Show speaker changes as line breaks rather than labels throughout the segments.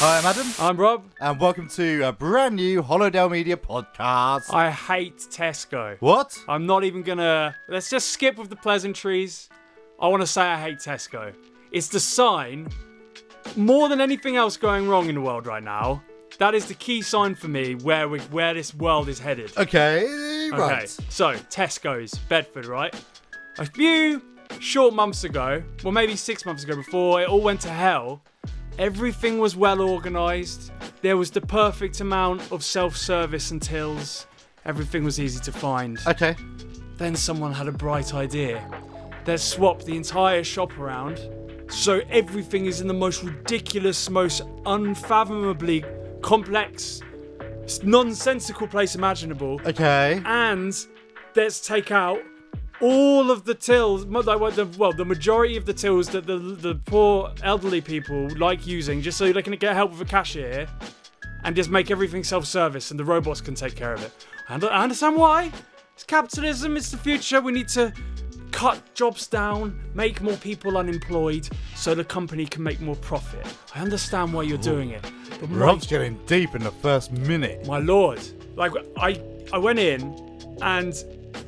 Adam,
I'm Rob.
and welcome to a brand new Holodale Media podcast.
I hate Tesco.
What?
I'm not even gonna. Let's just skip with the pleasantries. I want to say I hate Tesco. It's the sign, more than anything else going wrong in the world right now. That is the key sign for me where we, where this world is headed.
Okay,
Okay,
right.
so Tesco's, Bedford, right? A few short months ago, well, maybe six months ago, before it all went to hell, everything was well organised. There was the perfect amount of self service and tills. Everything was easy to find.
Okay.
Then someone had a bright idea. They swapped the entire shop around, so everything is in the most ridiculous, most unfathomably complex, s- nonsensical place imaginable
Okay.
and let's take out all of the tills, mo- like what the well, the majority of the tills that the the poor elderly people like using, just so they can get help with a cashier, and just make everything self-service, and the robots can take care of it. And I understand why. It's capitalism. It's the future. We need to cut jobs down, make more people unemployed, so the company can make more profit. I understand why you're doing it, but my
Rob's getting deep in the first minute.
my lord like i i went in and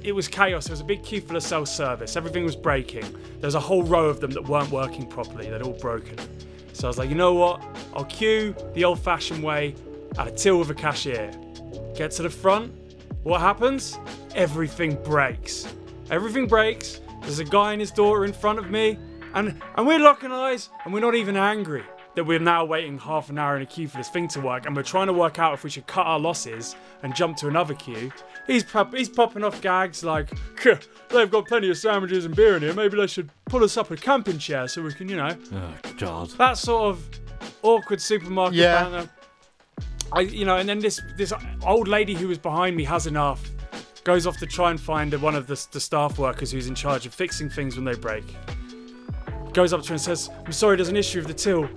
it was chaos there was a big queue for the self service everything was breaking there was a whole row of them that weren't working properly they'd all broken so i was like you know what i'll queue the old fashioned way at a till with a cashier get to the front what happens everything breaks everything breaks there's a guy and his daughter in front of me and and we're locking eyes and we're not even angry that we're now waiting half an hour in a queue for this thing to work and we're trying to work out if we should cut our losses and jump to another queue he's pop- he's popping off gags like "Huh, they've got plenty of sandwiches and beer in here maybe they should pull us up a camping chair so we can you know
Oh, God.
that sort of awkward supermarket
Yeah.
banner. I, you know, and then this this old lady who was behind me has enough, goes off to try and find one of the, the staff workers who's in charge of fixing things when they break. Goes up to her and says, "I'm sorry, there's an issue with the till."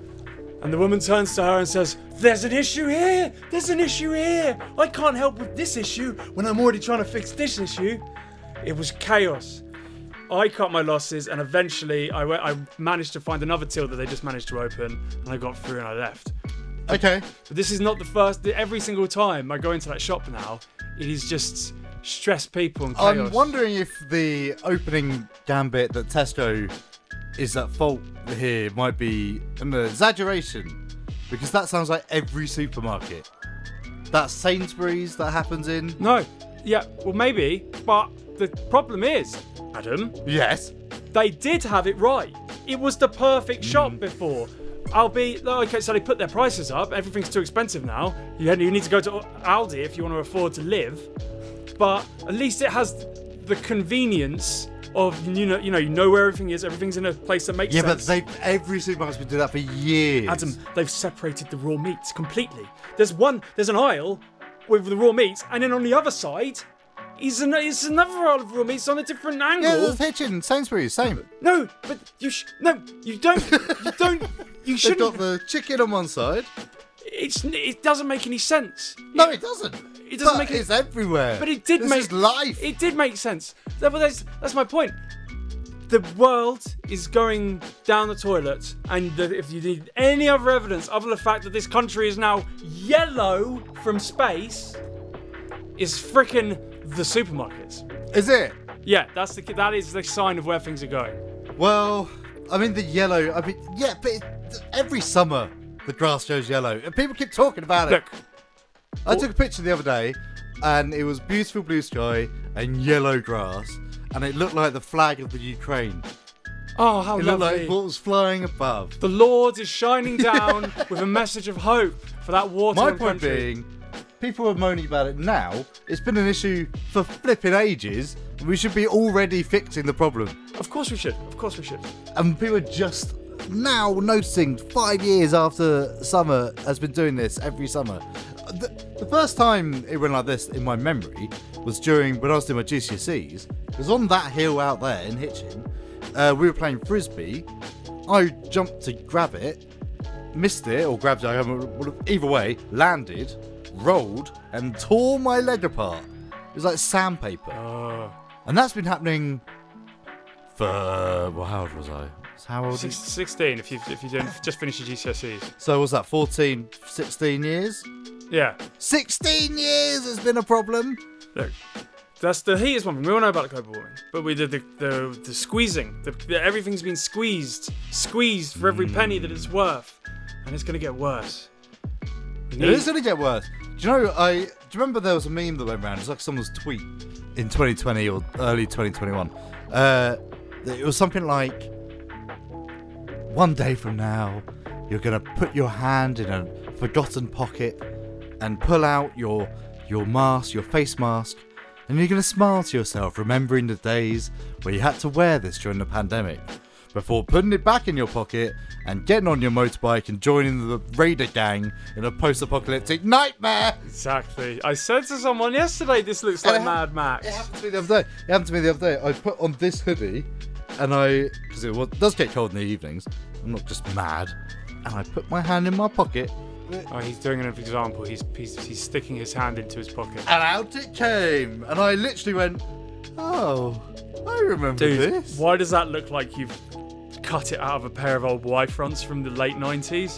And the woman turns to her and says, There's an issue here! There's an issue here! I can't help with this issue when I'm already trying to fix this issue. It was chaos. I cut my losses and eventually I, went, I managed to find another till that they just managed to open and I got through and I left.
Okay.
But this is not the first, every single time I go into that shop now, it is just stressed people and chaos.
I'm wondering if the opening gambit that Tesco is at fault here might be an exaggeration, because that sounds like every supermarket. That Sainsbury's that happens in.
no, yeah, well maybe, but the problem is, Adam,
Yes.
they did have it right. It was the
Hmm.
perfect shop before. I'll be no, okay. So they put their prices up. Everything's too expensive now. You you need to go to Aldi if you want to afford to live. But at least it has the convenience of you know you know you know where everything is. Everything's in a place that makes
Yeah, but
sense.
they every supermarket's been doing that for years.
Adam, they've separated the raw meats completely. There's one, there's an aisle with the raw meats, and then on the other side is, an, is another aisle of raw meats on a different angle.
Yeah, the kitchen, Sainsbury's, same.
No, but you sh- no, you don't, you don't, you
They've
shouldn't.
got the chicken on one side.
it's it doesn't make any sense.
No, it doesn't.
it doesn't
But
make any-
It's everywhere.
But it did
this
make
is life.
It did make sense. That- but That's, that's my point. The world is going down the toilet, and the, if you need any other evidence other than the fact that this country is now yellow from space, is frickin' the supermarkets.
Is it?
Yeah, that's the that is the sign of where things are going.
Well, I mean the yellow. I mean, yeah, but it, every summer the grass goes yellow, and people keep talking about it.
Look,
I took a picture the other day, and it was beautiful blue sky and yellow grass, and it looked like the flag of the Ukraine.
oh how
It looked
lovely.
like what was flying above.
The Lord is shining down with a message of hope for that water.
My point being, people are moaning about it now. It's been an issue for flipping ages. and We should be already fixing the problem,
of course we should. Of course we should.
and people are just now noticing five years after summer has been doing this every summer. The, the first time it went like this in my memory was during when I was doing my GCSEs. It was on that hill out there in Hitchin. Uh, we were playing frisbee. I jumped to grab it, missed it or grabbed it, I haven't- well, either way, landed, rolled, and tore my leg apart. It was like
Uh,
sandpaper. And that's been happening for, well, how old was I? So how old?
Six,
Six.
16 if you've, if you've done- just finished your GCSEs.
So was that 14, 16 years?
Yeah.
16 years has been a problem.
Look, that's the heat is one thing. We all know about global warming, but we did the the, the squeezing. The, the, everything's been squeezed, squeezed for every penny that it's worth, and it's gonna get worse. We
It
need-
is going to get worse. Do you know? I do you remember there was a meme that went around. It's like someone's tweet in 2020 or early 2021. Uh, that it was something like, "One day from now, you're going to put your hand in a forgotten pocket and pull out your your mask, your face mask, and you're going to smile to yourself, remembering the days where you had to wear this during the pandemic." Before putting it back in your pocket and getting on your motorbike and joining the raider gang in a post-apocalyptic nightmare.
Exactly. I said to someone yesterday, this looks
And
like
it ha-
Mad Max.
It happened to me the other day. It happened to me the other day. I put on this hoodie, and I because it wa- does get cold in the evenings. I'm not just mad, and I put my hand in my pocket,
Oh, he's doing an example. He's, he's he's sticking his hand into his pocket.
and out it came. And I literally went, "Oh, I remember
Dude,
this."
why does that look like you've cut it out of a pair of old Y fronts from the late 90s,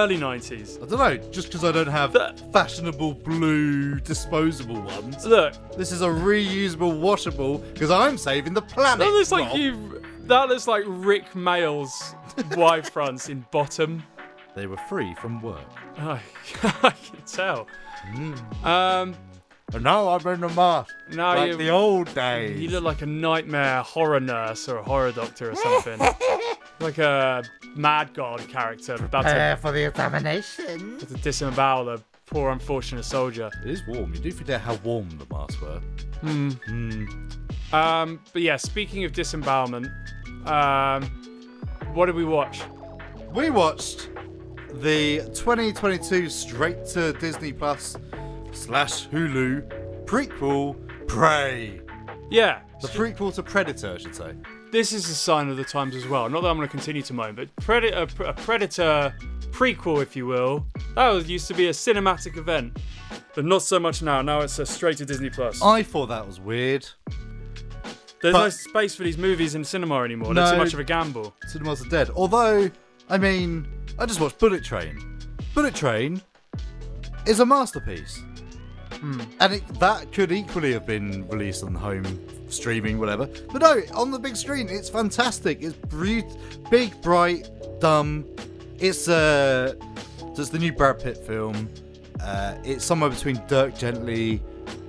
early 90s?
I don't know. Just because I don't have
That-
fashionable blue disposable ones,
Look,
this is a reusable, washable. Because I'm saving the planet.
That looks like
Rob.
you. That looks like Rick Mail's Y fronts in bottom.
They were free from work,
Oh, I can tell.
Hmm.
Um,
and now I'm in a mask
Now
like
you-
the old days.
you look like a nightmare horror nurse or a horror doctor or something, like a mad god character about to,
for the examination.
to disembowel a poor unfortunate soldier.
It is warm. You do forget how warm the masks were.
Um, but yeah, speaking of disembowelment, um, what did we watch?
We watched the 2022 straight to Disney Plus slash Hulu prequel, Prey.
Yeah,
The prequel to Predator, I should say.
this is a sign of the times as well. Not that I'm going to continue to moan, but Predator, a Predator prequel, if you will, that was, used to be a cinematic event, but not so much now. Now it's a straight to Disney Plus.
I thought that was weird.
There's
Oh, but-
no space for these movies in cinema anymore. They're too
No.
much of a gamble.
Cinemas are dead. Although, I mean, I just watched Bullet Train. Bullet Train is a masterpiece. And it, that could equally have been released on home streaming, whatever. But no, on the big screen, it's fantastic. It's brut- big, bright, dumb. It's uh, so it's the new Brad Pitt film. Uh, it's somewhere between Dirk Gently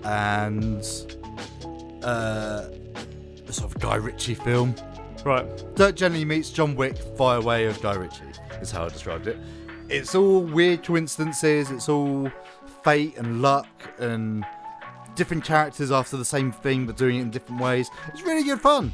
and uh, a sort of Guy Ritchie film.
Right.
Dirt Gently meets John Wick via way of Guy Ritchie, is how I described it. It's all weird coincidences, it's all fate and luck and different characters after the same thing but doing it in different ways. It's really good fun.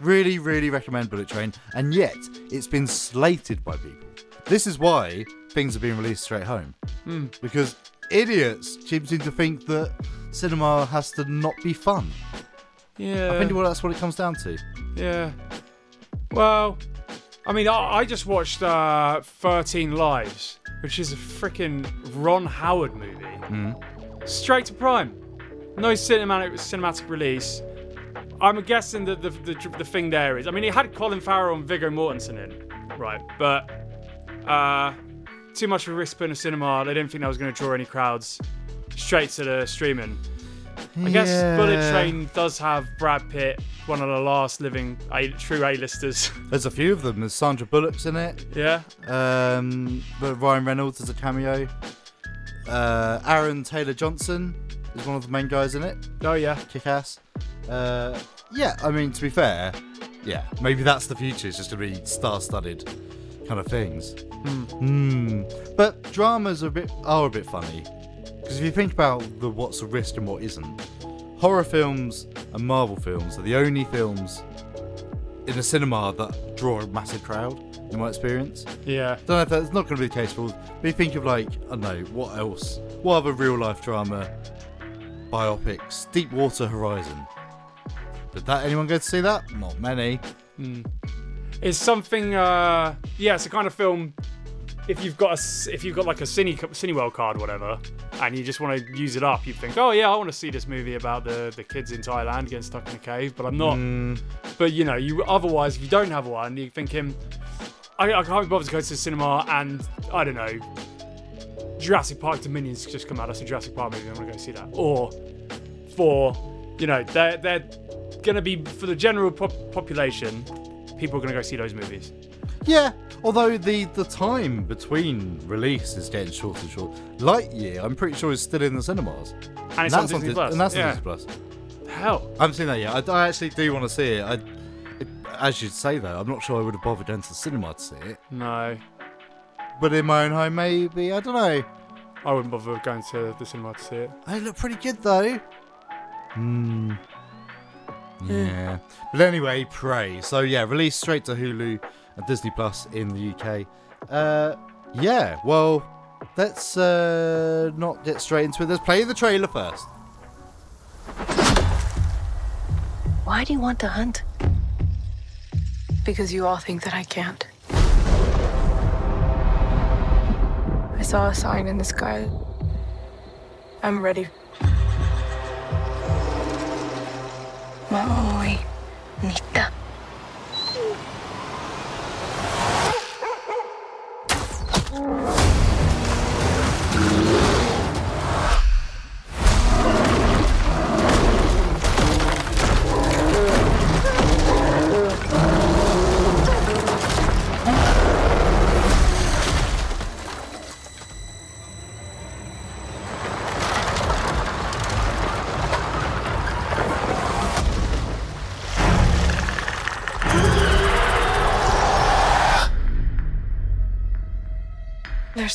Really, really recommend Bullet Train, and yet it's been slated by people. This is why things are being released straight home.
Hmm.
Because idiots seem to think that cinema has to not be fun.
Yeah.
I think that's what it comes down to.
yeah. Well, I mean, I, I just watched uh, 13 Lives, which is a freaking Ron Howard movie. Straight to Prime. No cinematic cinematic release. I'm guessing that the, the the thing there is. I mean, it had Colin Farrell and Viggo Mortensen in, right? But uh, too much of a risk putting a cinema. They didn't think that was going to draw any crowds. Straight to the streaming. I guess Bullet
Yeah.
Train does have Brad Pitt, one of the last living a- true A-listers.
There's a few of them. There's Sandra Bullock's in it.
yeah,
Um, but Ryan Reynolds is a cameo. Uh, Aaron Taylor Johnson is one of the main guys in it.
Oh yeah.
Kick ass. Uh, yeah, I mean to be fair, yeah, maybe that's the future. It's just gonna be star-studded kind of things. Hmm. But dramas are a bit are a bit funny because if you think about the what's a risk and what isn't, horror films and Marvel films are the only films in a cinema that draw a massive crowd. In my experience,
Yeah.
don't know if that's not going to be the case for. But you think of like I don't know what else. What other real life drama, biopics, Deep Water Horizon. Did that anyone go to see that? Not many.
It's something. Uh, yeah, it's a kind of film if you've got a s- if you've got like a cine Cineworld card, or whatever, and you just want to use it up, you think, oh yeah, I want to see this movie about the the kids in Thailand getting stuck in a cave, but I'm not. But you know, you otherwise if you don't have one, you're thinking, I, I can't be bothered to go to the cinema, and I don't know, Jurassic Park Dominion's just come out. That's a Jurassic Park movie. I'm gonna go see that. Or for you know, they're they're gonna be for the general pop- population, people are gonna go see those movies.
Yeah, although the the time between release is getting shorter and shorter. Lightyear, I'm pretty sure is still in the cinemas.
And it's on Disney
Dis-
Plus,
And that's on
yeah.
Disney Plus.
Hell,
I haven't seen that yet. I, I actually do want to see it. I, it- as you'd say though, I'm not sure I would have bothered going to the cinema to see it.
no,
But in my own home, maybe I don't know.
I wouldn't bother going to the cinema to see it.
They look pretty good though. Hmm. Yeah. But anyway, Prey. So yeah, released straight to Hulu and Disney Plus in the UK. Uh, yeah. Well, let's uh, not get straight into it. Let's play the trailer first.
Why do you want to hunt?
Because you all think that I can't. I saw a sign in the sky. I'm ready.
Maui, Nita.
There's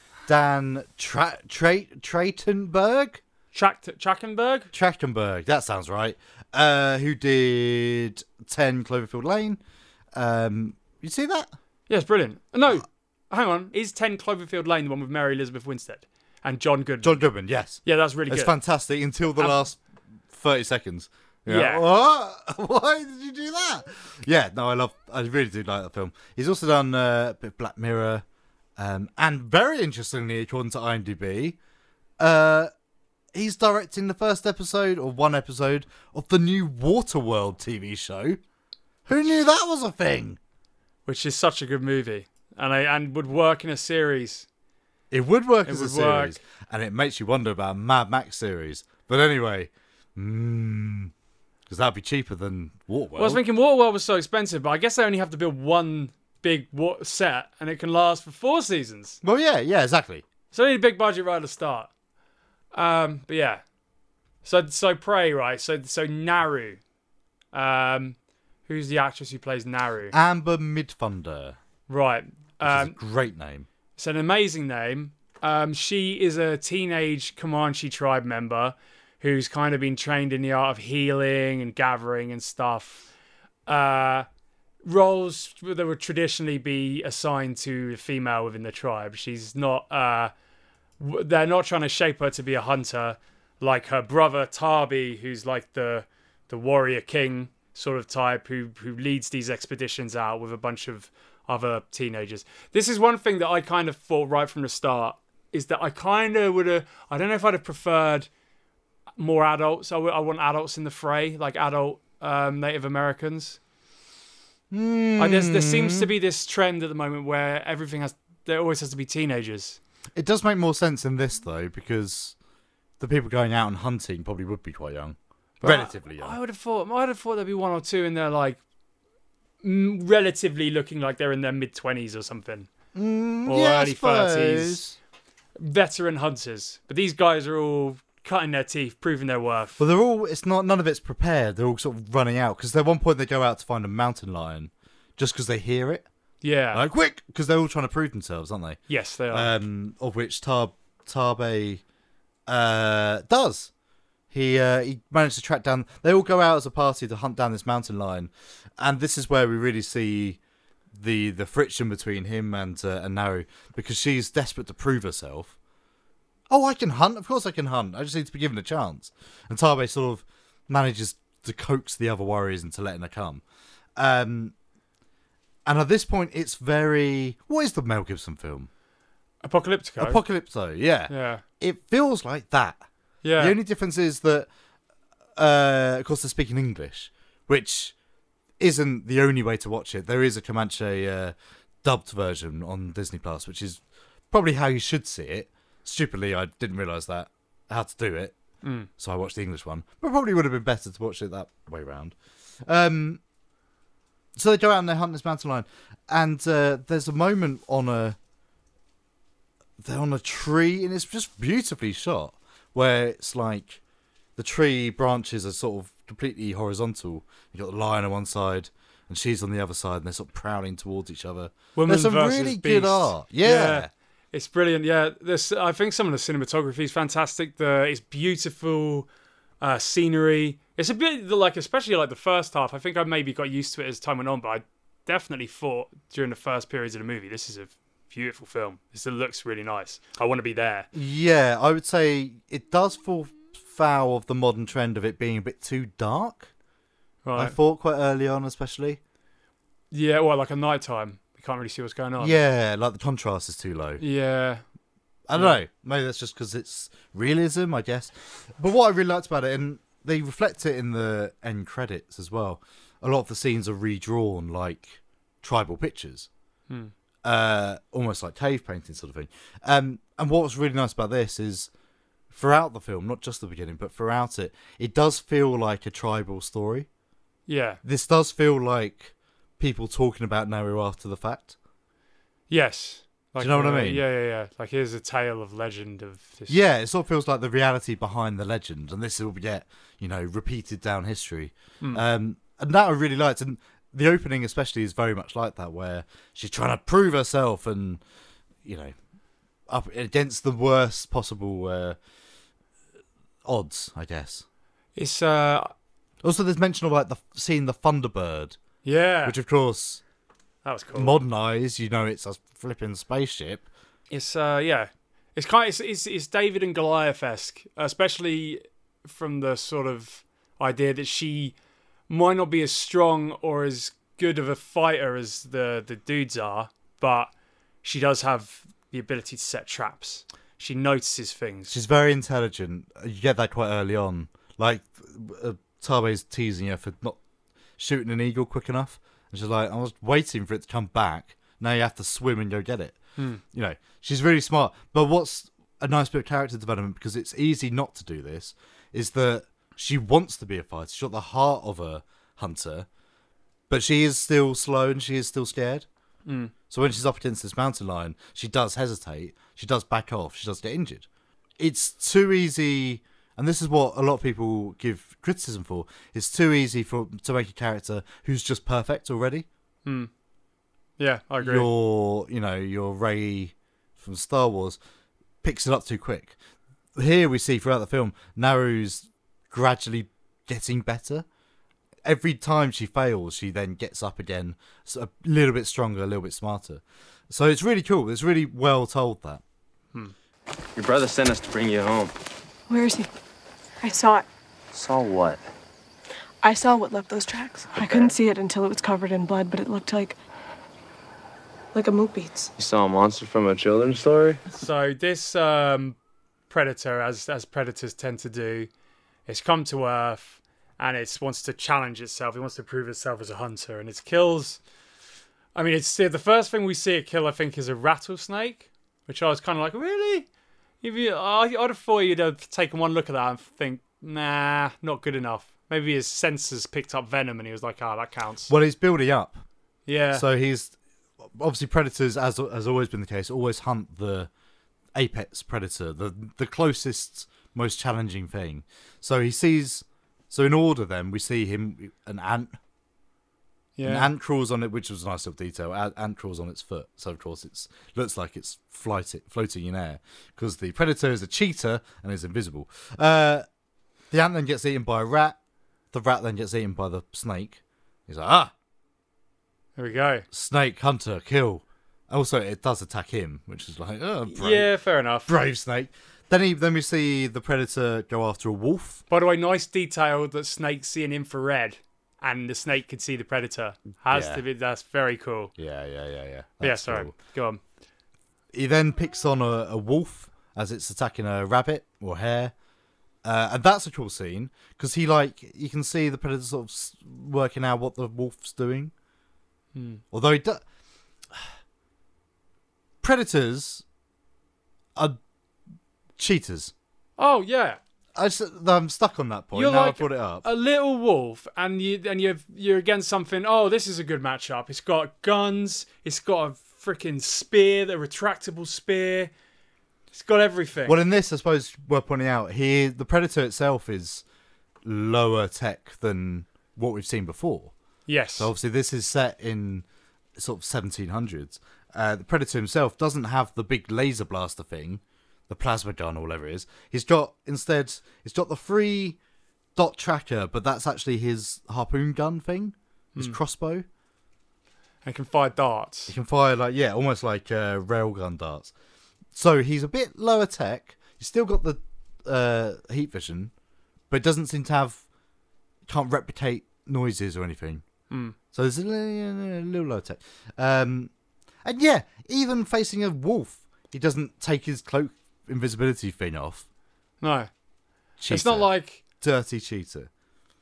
Dan Tra- Tra- Trachtenberg.
Tract- Trachtenberg?
Trachtenberg. That sounds right. Uh, who did Ten Cloverfield Lane? Um, you see that?
Yes, brilliant. No, hang on. Uh, Is 10 Cloverfield Lane the one with Mary Elizabeth Winstead and John Goodman?
John Goodman. Yes.
yeah, that's really
It's
good. Um,
fantastic until the last 30 seconds. You're
Yeah.
like, what? Why did you do that? Yeah, no, I love, I really do like that film. He's also done uh, a bit of Black Mirror, um, and very interestingly, according to IMDb, uh, he's directing the first episode or one episode of the new Waterworld TV show. Who knew that was a thing?
Which is such a good movie, and I and would work in a series.
It would work
It
as a
would work.
series, and it makes you wonder about a Mad Max series. But anyway, because that'd be cheaper than Waterworld.
Well, I was thinking Waterworld was so expensive, but I guess they only have to build one big wa- set, and it can last for four seasons.
Well, yeah, yeah, exactly.
So they need a big budget right at the start. Um, but yeah. So so Prey, right? So so Naru. Um, who's the actress who plays Naru?
Amber Midthunder,
Right.
Uh, which is a
Um,
great name.
it's an amazing name. Um, she is a teenage Comanche tribe member who's kind of been trained in the art of healing and gathering and stuff. Uh, roles that would traditionally be assigned to a female within the tribe. She's not. Uh, w- they're not trying to shape her to be a hunter like her brother Tarby, who's like the the warrior king sort of type who who leads these expeditions out with a bunch of other teenagers. This is one thing that I kind of thought right from the start is that I kind of would have I don't know if I'd have preferred more adults. I wa- I want adults in the fray, like adult um, Native Americans. Like there's, there seems to be this trend at the moment where everything has there always has to be teenagers.
It does make more sense in this though, because the people going out and hunting probably would be quite young, relatively young.
I would have thought. I would have thought there'd be one or two in there, like m- relatively looking like they're in their mid twenties or something, or
Mm, Yeah, I
early thirties.
suppose.
Veteran hunters, but these guys are all cutting their teeth, proving their worth.
But they're all. It's not. None of it's prepared. They're all sort of running out because at one point they go out to find a mountain lion, just because they hear it.
yeah.
Like Uh, quick, because they're all trying to prove themselves, aren't they?
yes, they are.
um, of which Tar Tarbe uh, does. He uh, he managed to track down. They all go out as a party to hunt down this mountain lion, and this is where we really see the the friction between him and uh, and Naru because she's desperate to prove herself. Oh, I can hunt. Of course, I can hunt. I just need to be given a chance. And Tabe sort of manages to coax the other warriors into letting her come. Um, and at this point, it's very. What is the Mel Gibson film?
Apocalyptico.
Apocalypto. Yeah.
yeah.
It feels like that.
Yeah.
The only difference is that, uh, of course, they're speaking English, which isn't the only way to watch it. There is a Comanche uh, dubbed version on Disney Plus, which is probably how you should see it. Stupidly, I didn't realise that how to do it,
Hmm.
so I watched the English one. But probably would have been better to watch it that way round. Um, so they go out and they hunt this mountain lion, and uh, there's a moment on a they're on a tree and it's just beautifully shot where it's like the tree branches are sort of completely horizontal you've got the lion on one side and she's on the other side and they're sort of prowling towards each other
Woman
there's some
versus
really
beast.
good art yeah,
It's brilliant. Yeah, this I think some of the cinematography is fantastic. The it's beautiful uh, scenery. It's a bit like especially like the first half. I think I maybe got used to it as time went on, but I definitely thought during the first periods of the movie, this is a beautiful film. This looks really nice. I want to be there.
yeah i would say it does fall foul of the modern trend of it being a bit too dark i
Right.
thought quite early on especially
yeah. Well, like a nighttime. You can't really see what's going on.
yeah like the contrast is too low
Yeah.
I don't know. Maybe that's just because it's realism, I guess. But what I really liked about it, and they reflect it in the end credits as well. A lot of the scenes are redrawn like tribal pictures, uh, almost like cave painting sort of thing. Um, and what's really nice about this is throughout the film, not just the beginning, but throughout it, it does feel like a tribal story.
Yeah.
This does feel like people talking about Nauru after the fact.
Yes. Like,
you know what I
uh,
mean?
Yeah, yeah, yeah. Like here's a tale of legend of this.
Yeah, it sort of feels like the reality behind the legend, and this will get you know repeated down history. Um, and that I really liked, and the opening especially is very much like that, where she's trying to prove herself, and you know, up against the worst possible uh, odds, I guess.
It's uh.
Also, there's mention of like the seeing the Thunderbird,
Yeah.
which of course
that was cool.
modern eyes, you know, it's a flipping spaceship.
It's uh yeah, it's kind it's it's, it's David and Goliath esque, especially from the sort of idea that she might not be as strong or as good of a fighter as the the dudes are, but she does have the ability to set traps. She notices things.
She's very intelligent. You get that quite early on. Like, uh, Tabe's teasing her for not shooting an eagle quick enough. And she's like, I was waiting for it to come back. Now you have to swim and go get it. You know, she's really smart. But what's a nice bit of character development, because it's easy not to do this, is that she wants to be a fighter. She's got the heart of a hunter, but she is still slow and she is still scared. So when she's up against this mountain lion, she does hesitate. She does back off. She does get injured. It's too easy, and this is what a lot of people give criticism for. It's too easy for to make a character who's just perfect already.
yeah, I agree.
Your, you know, your Ray from Star Wars picks it up too quick. Here we see throughout the film, Naru's gradually getting better. Every time she fails, she then gets up again, s- a little bit stronger, a little bit smarter. So it's really cool. It's really well told that.
Your brother sent us to bring you home.
Where is he? I saw it.
Saw what?
I saw what left those tracks. I couldn't see it until it was covered in blood, but it looked like. like a moot beats.
You saw a monster from a children's story?
So this um, predator, as as predators tend to do, it's come to Earth and it wants to challenge itself. It wants to prove itself as a hunter, and it kills. I mean, it's the first thing we see it kill. I think is a rattlesnake, which I was kind of like, really? If you, I, I'd have thought you'd have taken one look at that and think, nah, not good enough. Maybe his senses picked up venom, and he was like, ah, that counts.
Well, he's building up.
yeah.
So he's obviously predators, as has always been the case, always hunt the apex predator, the the closest, most challenging thing. So he sees. So in order, then we see him an ant, An
Yeah.
ant crawls on it, which was a nice little detail. An ant crawls on its foot, so of course it's looks like it's flight floating in air because the predator is a cheetah and is invisible. Uh, the ant then gets eaten by a rat. The rat then gets eaten by the snake. He's like, ah,
there we go.
snake hunter, kill. Also, it does attack him, which is like, oh, brave,
Yeah, fair enough.
brave snake. Then he, then we see the predator go after a wolf.
By the way, nice detail that snakes see in infrared and the snake can see the predator. Has
Yeah.
to be that's very cool.
Yeah, yeah, yeah, yeah.
But yeah,
That's
sorry.
cool.
Go on.
He then picks on a, a wolf as it's attacking a rabbit or hare. Uh, and that's a cool scene because he like you can see the predator sort of s- working out what the wolf's doing.
Hmm.
Although he do- predators are cheaters.
Oh yeah.
I s- I'm stuck on that point.
You're
now
like
I brought it up.
a little wolf and you and you're you're against something oh this is a good matchup it's got guns it's got a freaking spear the retractable spear it's got everything
Well, in this, I suppose worth pointing out here the predator itself is lower tech than what we've seen before.
yes
So obviously, this is set in sort of 1700s. Uh, the predator himself doesn't have the big laser blaster thing, the plasma gun or whatever it is. He's got instead, he's got the free dot tracker, but that's actually his harpoon gun thing, his
Hmm.
crossbow.
and can fire darts
He can fire like yeah, almost like uh, railgun darts. So he's a bit lower tech. He's still got the uh, heat vision, but doesn't seem to have can't replicate noises or anything.
Hmm.
So there's a little, little low tech. Um, and yeah, even facing a wolf, he doesn't take his cloak invisibility thing off.
no it's
Cheater.
not like
dirty cheater.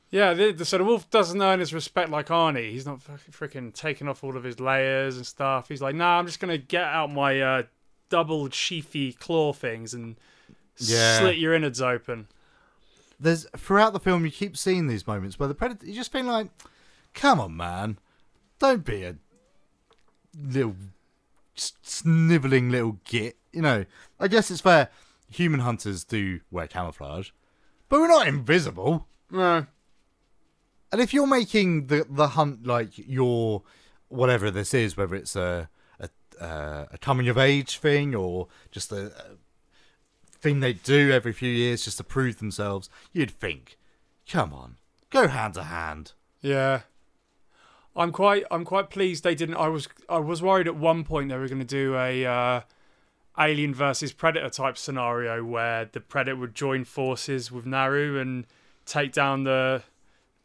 yeah the, the, so the wolf doesn't earn his respect like arnie he's not fucking freaking taking off all of his layers and stuff he's like nah i'm just gonna get out my uh double sheathy claw things and
Yeah.
slit your innards open
there's throughout the film you keep seeing these moments where the predator you just been like, come on, man, don't be a little s- sniveling little git. You know, I guess it's fair. Human hunters do wear camouflage, but we're not invisible.
no
And if you're making the the hunt like your whatever this is, whether it's a a, uh, a coming of age thing or just a, a thing they do every few years just to prove themselves, you'd think, come on, go hand to hand.
Yeah. I'm quite I'm quite pleased they didn't I was I was worried at one point they were going to do a uh, alien versus predator type scenario where the predator would join forces with Naru and take down the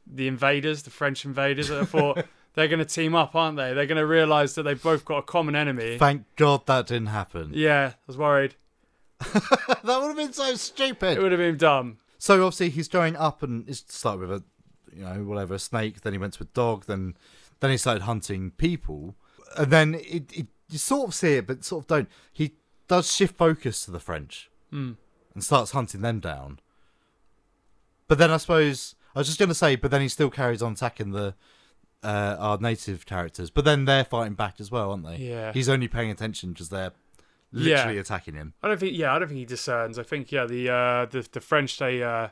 the invaders, the French invaders. I thought they're going to team up, aren't they? They're going to realize that they've both got a common enemy.
Thank God that didn't happen.
yeah, I was worried.
That would have been so stupid.
It would have been dumb.
So obviously he's going up and is started with a, you know, whatever a snake. Then he went to a dog. Then, then he started hunting people. And then it, it you sort of see it, but sort of don't. He does shift focus to the French
Hmm.
and starts hunting them down. But then I suppose I was just going to say, but then he still carries on attacking the uh, our native characters. But then they're fighting back as well, aren't they?
Yeah.
He's only paying attention because they're
Yeah.
literally attacking him.
I don't think. Yeah, I don't think he discerns. I think yeah, the uh, the the French they uh,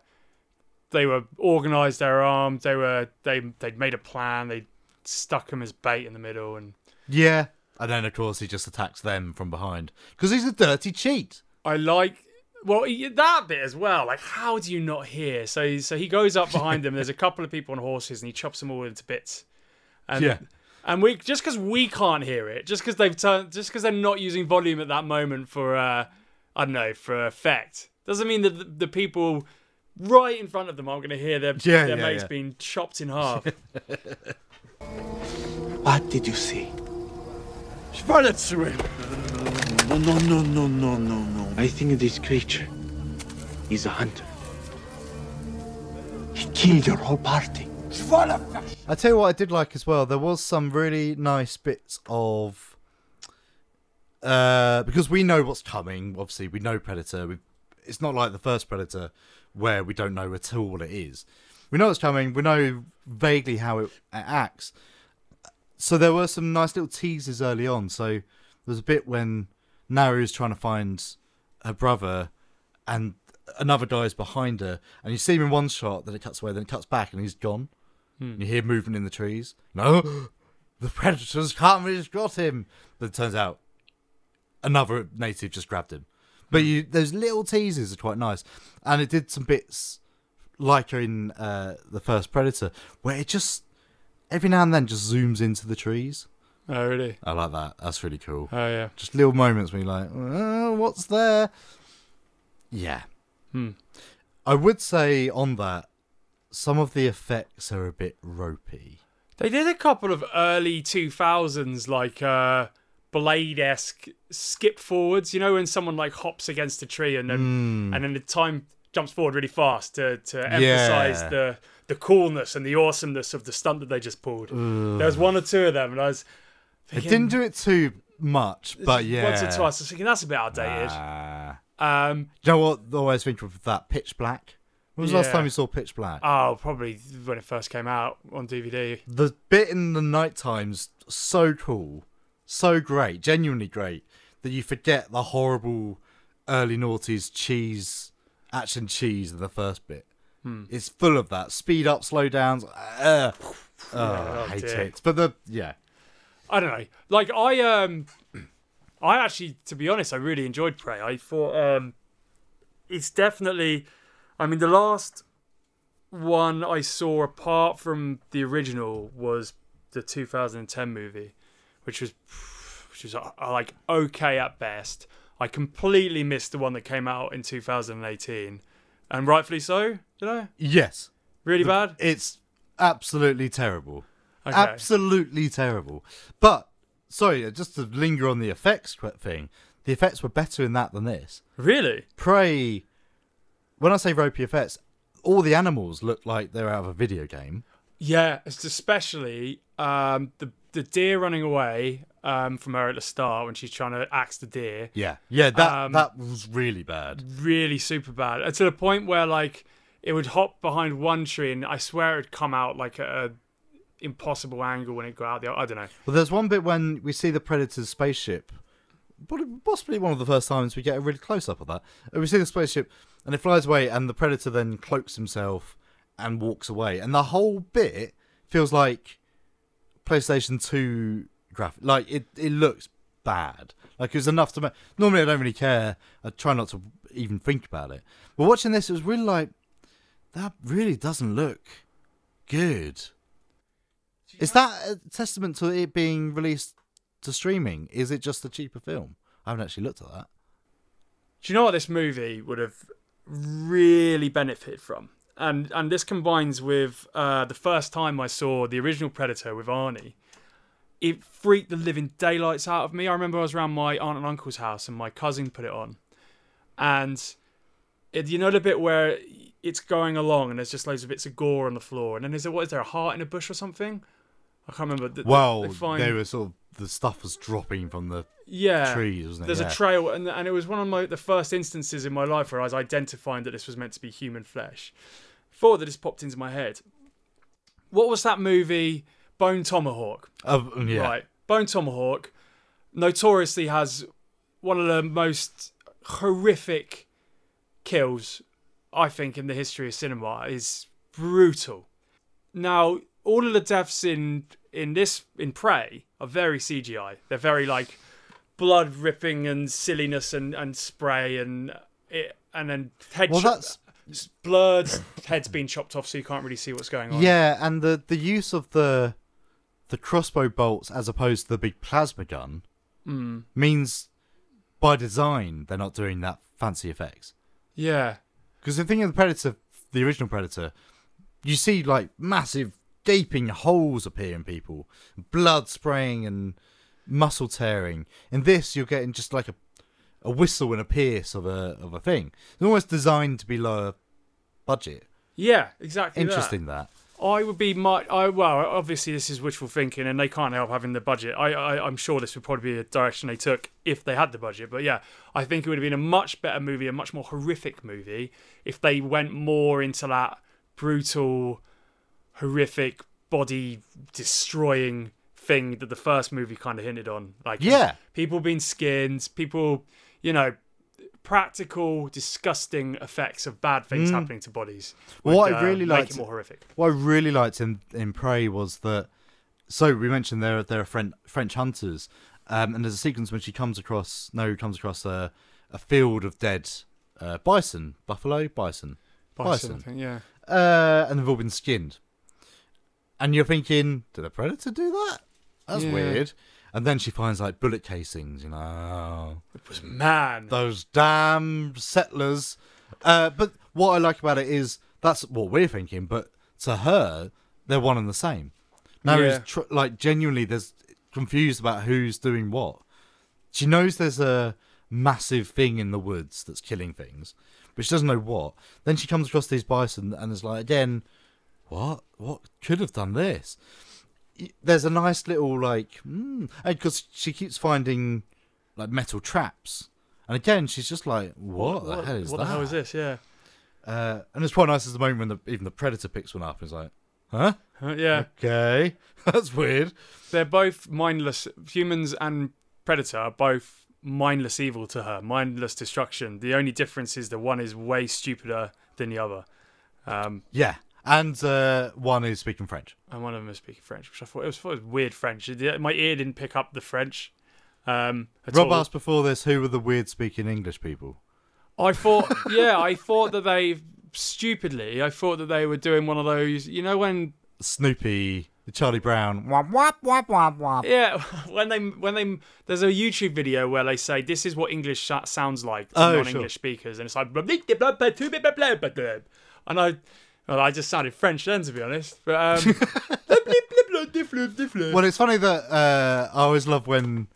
they were organised, they were armed, they were they they'd made a plan, they stuck him as bait in the middle, and
Yeah. And then, of course, he just attacks them from behind because he's a dirty cheat.
I like. Well, he- that bit as well. Like, how do you not hear? So, he- so he goes up behind them. There's a couple of people on horses, and he chops them all into bits. And,
Yeah.
And we just because we can't hear it, just because they've turned, just because they're not using volume at that moment for, uh, I don't know, for effect, doesn't mean that the, the people right in front of them aren't going to hear their
Yeah,
their
yeah,
mates
yeah.
being chopped in half.
What did you see? Scarlet Syringe. No, no, no, no, no, no, no. I think this creature is a hunter. He killed your whole party.
I tell you what, I did like as well. There was some really nice bits of, uh, because we know what's coming. Obviously, we know Predator. We, it's not like the first Predator where we don't know at all what it is. We know what's coming. We know vaguely how it, it acts. So there were some nice little teases early on. So there was a bit when Naru's trying to find her brother, and another guy's behind her, and you see him in one shot. Then it cuts away. Then it cuts back, and he's gone. You hear movement in the trees. No, the predators can't really got him. But it turns out another native just grabbed him. But you, those little teasers are quite nice, and it did some bits like in uh, the first Predator, where it just every now and then just zooms into the trees.
Oh really?
I like that. That's really cool.
Oh yeah.
Just little moments where you're like, "Uh, what's there? Yeah. I would say on that, some of the effects are a bit ropey.
They did a couple of early 2000s, like uh, Blade esque skip forwards, you know, when someone like hops against a tree and then, and then the time jumps forward really fast to, to emphasize
Hmm. Yeah.
the, the coolness and the awesomeness of the stunt that they just pulled. There was one or two of them, and I was
It
thinking,
didn't do it too much, but yeah.
once or twice, I was thinking, that's a bit outdated.
Ah.
Um,
Do you know what I always think of that? Pitch Black. When was the last
Yeah.
time you saw Pitch Black?
oh, probably when it first came out on DVD.
the bit in the night times so cool, so great, genuinely great that you forget the horrible early noughties cheese action cheese in the first bit.
Hmm.
It's full of that speed up, slow downs. Uh, oh, I hate
dear.
it. But the yeah,
I don't know. Like I um I actually to be honest, I really enjoyed Prey. I thought um it's definitely I mean the last one I saw apart from the original was the 2010 movie, which was which was uh, like okay at best. I completely missed the one that came out in 2018. And rightfully so, did I?
yes,
Really bad?
it's absolutely terrible.
Okay.
Absolutely terrible. But sorry, uh, just to linger on the effects thing, the effects were better in that than this.
Really?
Prey. When I say ropey effects, all the animals look like they're out of a video game.
Yeah, it's especially um, the the deer running away um, from her at the start when she's trying to axe the deer.
Yeah, yeah, that that was really bad.
Really super bad. Uh, To the point where like it would hop behind one tree and I swear it'd come out like at a impossible angle when it got out the I don't know.
Well, there's one bit when we see the Predator's spaceship, but possibly one of the first times we get a really close up of that. And we see the spaceship, and it flies away, and the Predator then cloaks himself and walks away, and the whole bit feels like PlayStation Two graphic. Like it, it looks bad. Like it was enough to make. Normally, I don't really care. I try not to even think about it. But watching this, it was really like that. Really doesn't look good. Is that a testament to it being released to streaming? Is it just a cheaper film? I haven't actually looked at that.
Do you know what this movie would have really benefited from? And and this combines with uh, the first time I saw the original Predator with Arnie. It freaked the living daylights out of me. I remember I was around my aunt and uncle's house and my cousin put it on. And it, you know the bit where it's going along and there's just loads of bits of gore on the floor. And then is there, what, is there a heart in a bush or something? I can't remember. Th- th-
Well,
they find-
they were sort of the stuff was dropping from the
yeah.
trees, wasn't it?
There's
Yeah.
a trail, and, and it was one of my the first instances in my life where I was identifying that this was meant to be human flesh. Thought that just popped into my head. What was that movie? Bone Tomahawk.
uh, yeah.
Right. Bone Tomahawk notoriously has one of the most horrific kills, I think, in the history of cinema. It's brutal. Now, all of the deaths in in this in Prey are very CGI. They're very like blood ripping and silliness and, and spray and it, and then head
Well,
chop-
that's
blurred heads being chopped off so you can't really see what's going on.
yeah, and the the use of the the crossbow bolts as opposed to the big plasma gun
Hmm.
means by design they're not doing that fancy effects.
Yeah.
Because the thing of the Predator, the original Predator, you see like massive gaping holes appear in people, blood spraying and muscle tearing. In this, you're getting just like a a whistle and a pierce of a of a thing. It's almost designed to be lower budget.
Yeah, exactly. that.
Interesting that.
I would be my. I well, obviously this is wishful thinking, and they can't help having the budget. I, I I'm sure this would probably be a direction they took if they had the budget. But yeah, I think it would have been a much better movie, a much more horrific movie, if they went more into that brutal, horrific, body destroying thing that the first movie kind of hinted on. Like um,
Yeah.
people being skinned, people, you know, practical, disgusting effects of bad things happening to bodies.
Well, Mm. what
would,
I
uh,
really
make
liked-
it more horrific.
What I really liked in in Prey was that. So we mentioned there there are French French hunters, um, and there's a sequence when she comes across no comes across a a field of dead uh, bison, buffalo, bison,
Bison, I think, yeah.
uh, and they've all been skinned. And you're thinking, did a predator do that? That's
Yeah.
weird. And then she finds like bullet casings, you know,
It was man.
those damn settlers. Uh, but what I like about it is that's what we're thinking, but to her, they're one and the same. Now,
Yeah.
it's tr- like genuinely, there's confused about who's doing what. She knows there's a massive thing in the woods that's killing things, but she doesn't know what. Then she comes across these bison and is like, again, what? What could have done this? Y- There's a nice little like, because she keeps finding like metal traps, and again, she's just like, what, the hell is
what
that?
the hell is this? Yeah.
Uh, and it's quite nice as the moment when the, even the predator picks one up and is like, huh?
Uh, yeah.
Okay, that's weird.
They're both mindless. Humans and Predator are both mindless evil to her, mindless destruction. The only difference is the one is way stupider than the other.
Yeah, and uh, one is speaking French.
and one of them is speaking French, which I thought it was, thought it was weird French. It- yeah, My ear didn't pick up the French. Um, at
Rob
all.
asked before this, who were the weird speaking English people?
I thought, yeah, I thought that they stupidly, I thought that they were doing one of those, you know, when
Snoopy, Charlie Brown, womp womp womp womp womp.
yeah, when they when they there's a YouTube video where they say this is what English sh- sounds like to
Oh, sure.
non-English speakers, and it's like blah, blah, blah, blah, blah, blah, blah, blah, blah. and I. Well, I just sounded French then, to be honest. But um,
Well, it's funny that uh, I always love when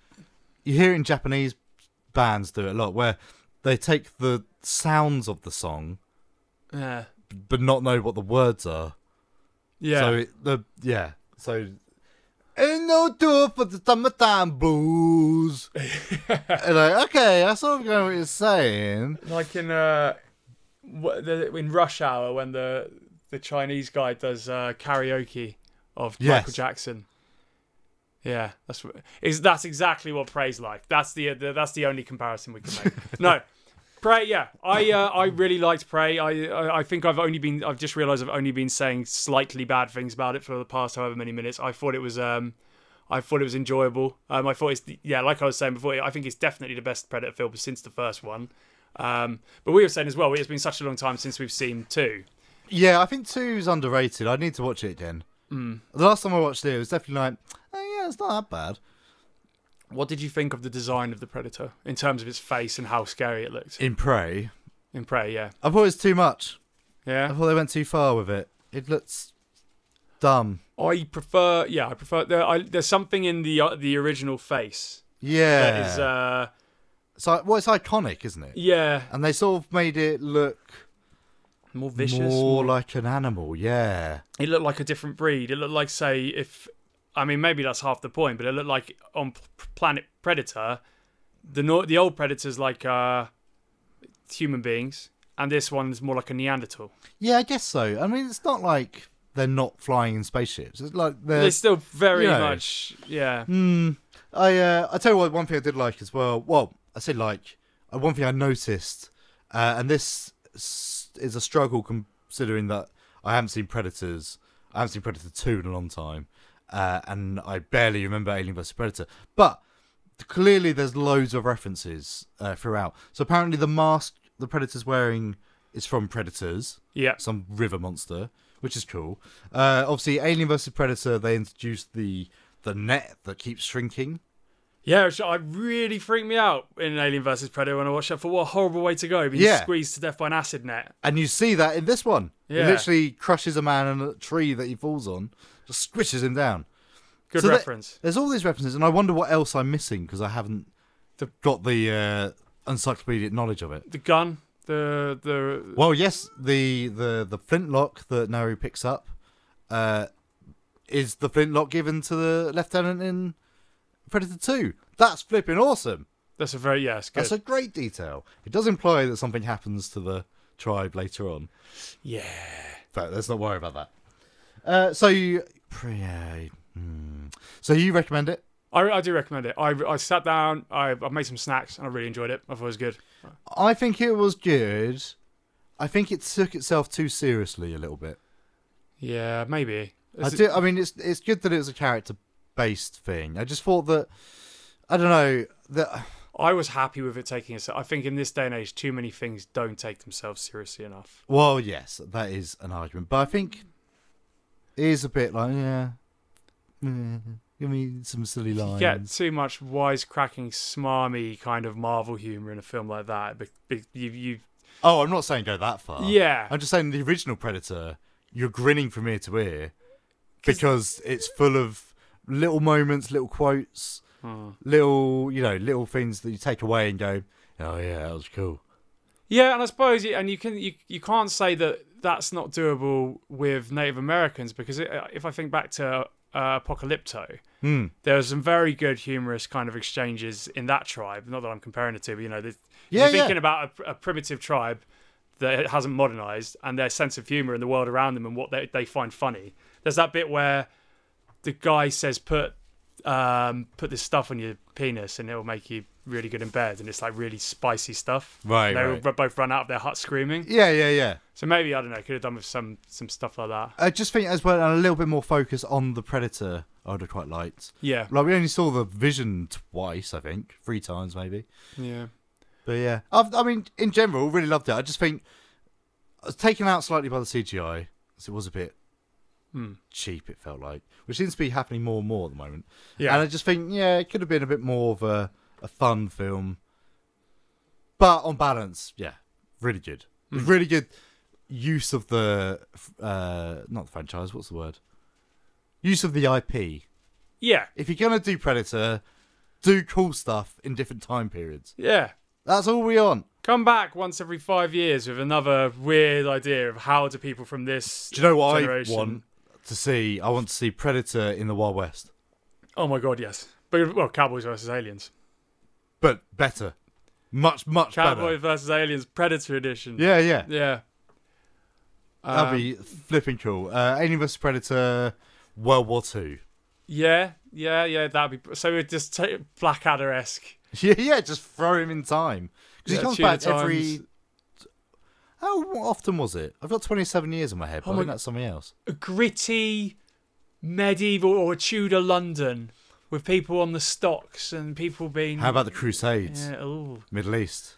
you hear it in Japanese bands do it a lot, where they take the sounds of the song
yeah,
but not know what the words are.
yeah.
So it, the yeah. So ain't no door for the summertime blues. and like, okay, I sort of know what you're saying.
like in uh wh- the- in rush hour when the the chinese guy does uh karaoke of
Yes.
michael jackson yeah that's wh- is that's exactly what praise like that's the, the that's the only comparison we can make no Prey, yeah, I uh, I really liked Prey. I, I I think I've only been I've just realised I've only been saying slightly bad things about it for the past however many minutes. I thought it was um, I thought it was enjoyable. Um, I thought it's the- yeah, like I was saying before, I think it's definitely the best Predator film since the first one. Um, but we were saying as well, it's been such a long time since we've seen two.
Yeah, I think two's underrated. I need to watch it again. The last time I watched it, it was definitely like, oh yeah, it's not that bad.
What did you think of the design of the Predator in terms of its face and how scary it looked
In Prey,
in Prey? Yeah,
I thought it was too much. I
yeah.
thought they went too far with it. It looks dumb.
I prefer yeah, I prefer there. I, there's something in the uh, the original face
Yeah,
that is uh
so well, it's iconic, isn't it?
yeah
And they sort of made it look
more vicious,
more like an animal. Yeah.
it looked like a different breed. It looked like, say, if I mean, maybe that's half the point, but it looked like on P- Planet Predator, the nor- the old predators like uh, human beings, and this one's more like a Neanderthal.
Yeah, I guess so. I mean, it's not like they're not flying in spaceships. It's like they're.
They're still very
you know. Mm.
much, yeah,
I uh, I tell you what, one thing I did like as well. Well, I say like uh, one thing I noticed, uh, and this s- is a struggle considering that I haven't seen Predators. I haven't seen Predator two in a long time, uh, and I barely remember Alien vs Predator. But clearly, there's loads of references uh, throughout. So apparently, the mask the Predator's wearing is from Predators.
yeah.
some river monster, which is cool. Uh, obviously, Alien vs Predator, they introduced the the net that keeps shrinking.
Yeah, which I really freaked me out in Alien vs Predator when I watched that. For what a horrible way to go, being
Yeah.
squeezed to death by an acid net.
And you see that in this one.
Yeah.
It literally crushes a man in a tree that he falls on, just squishes him down.
Good
So there-
reference.
there's all these references, and I wonder what else I'm missing because I haven't got the uh, encyclopedic knowledge of it.
The gun, the the
Well, yes, the the the flintlock that Naru picks up uh, is the flintlock given to the lieutenant in Predator Two. That's flipping awesome.
that's a very yeah, it's good.
That's a great detail. It does imply that something happens to the tribe later on,
yeah.
but let's not worry about that. Uh, so you, pre- uh, hmm. so you recommend it?
I, I do recommend it. I, I sat down, I, I made some snacks, and I really enjoyed it. I thought it was good.
I think it was good. I think it took itself too seriously a little bit.
Yeah, maybe.
I
Is it-
do. I mean, it's it's good that it was a character based thing. I just thought that I don't know that
I was happy with it taking us. I think in this day and age, too many things don't take themselves seriously enough.
Well, yes, that is an argument, but I think it is a bit like, yeah, yeah, give me some silly
You
lines.
get too much wisecracking, smarmy kind of Marvel humor in a film like that. But, but you, you,
Oh, I'm not saying go that far.
Yeah.
I'm just saying the original Predator, you're grinning from ear to ear because it's full of little moments, little quotes,
Hmm.
little you know, little things that you take away and go, oh yeah, that was cool.
yeah, and I suppose, yeah, and you can, you, you can't say that that's not doable with Native Americans because it, if I think back to uh, Apocalypto,
Hmm.
there was some very good humorous kind of exchanges in that tribe. Not that I'm comparing it to, but you know, there's-
Yeah,
you're
yeah.
thinking about a, a primitive tribe that hasn't modernized and their sense of humor in the world around them and what they, they find funny. There's that bit where the guy says, "Put um, put this stuff on your penis and it'll make you really good in bed," and it's like really spicy stuff.
Right,
And they
right.
all both run out of their hut screaming.
Yeah, yeah, yeah.
So maybe I don't know. Could have done with some some stuff like that.
I just think as well and a little bit more focus on the predator. I would have quite liked.
Yeah.
Like we only saw the Vision twice, I think, three times maybe.
Yeah.
But yeah, I've, I mean, in general, really loved it. I just think I was taken out slightly by the CGI, because it was a bit cheap. It felt like, which seems to be happening more and more at the moment.
Yeah.
and I just think, yeah, it could have been a bit more of a, a fun film. But on balance, yeah, really good. Really good use of the uh, not the franchise. What's the word? Use of the IP.
Yeah.
If you're gonna do Predator, do cool stuff in different time periods.
Yeah.
That's all we want.
Come back once every five years with another weird idea of how do people from this
Do you know what
generation...
I want to see? I want to see Predator in the Wild West,
Oh my god, yes. But well, Cowboys versus Aliens.
but better, much much
Cowboy
better.
versus Aliens Predator edition.
Yeah, yeah,
Yeah.
that'd be flipping cool. Uh, Alien vs Predator, World War Two.
Yeah. Yeah. Yeah. That'd be so. We'd just take Blackadder esque.
Yeah, yeah, just throw him in time because
Yeah,
he comes
Tudor
back every.
times.
How often was it? I've got twenty-seven years in my head, but I
Oh my-
think that's something else.
A gritty, medieval or Tudor London with people on the stocks and people being.
How about the Crusades,
yeah, ooh.
Middle East?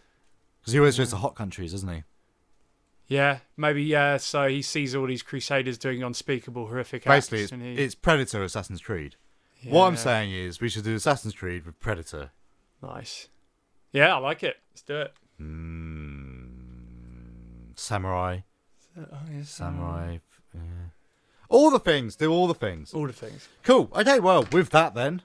Because he always goes to hot countries, doesn't he?
yeah, maybe yeah. So he sees all these crusaders doing unspeakable, horrific
Basically,
acts.
it's,
and he-
it's Predator, Assassin's Creed. What I'm
Yeah.
saying is, we should do Assassin's Creed with Predator.
Nice. Yeah, I like it. Let's do it.
samurai. Samurai. yeah. All the things. Do all the things.
All the things.
Cool. Okay, well, with that then.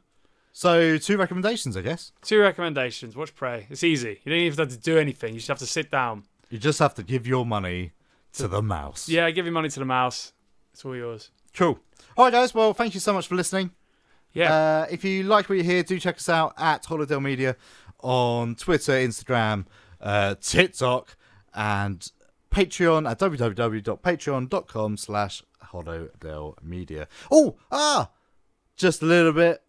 So, two recommendations, I guess.
Two recommendations. Watch Prey. It's easy. You don't even have to do anything. You just have to sit down.
You just have to give your money to the mouse.
Yeah, give your money to the mouse. It's all yours.
Cool. All right, guys. Well, thank you so much for listening.
Yeah.
Uh, if you like what you hear, do check us out at Holodale Media on Twitter, Instagram, uh, TikTok, and Patreon at www.patreon.com slash Holodale Media. Oh, ah, just a little bit.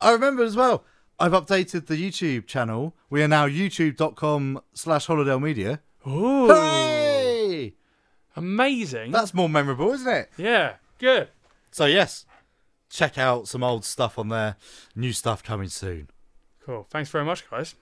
I remember as well, I've updated the YouTube channel. We are now youtube.com slash Holodale Media.
Ooh.
Hooray!
Amazing.
That's more memorable, isn't it?
yeah. Good.
So, yes, check out some old stuff on there. New stuff coming soon.
Cool. Thanks very much, guys.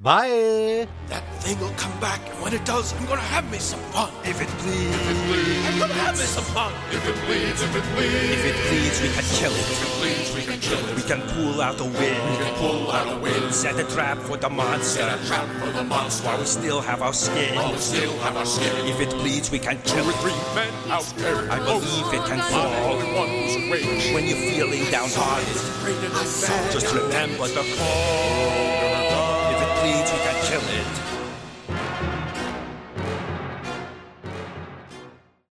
Bye.
That thing will come back, and when it does, I'm gonna have me some fun. If it bleeds, if it bleeds. I'm gonna have me some fun. If it bleeds, if it bleeds. If it bleeds, we can kill it. If it bleeds, we can kill it. We can pull out the wind. We can pull out a wind. Set a trap for the monster. Set a trap for the monster. While we still have our skin. While we still have our skin. If it bleeds, we can kill it. Three men out there. I believe it can fall. When you're feeling downhearted, just remember the call. If it bleeds, we can kill it.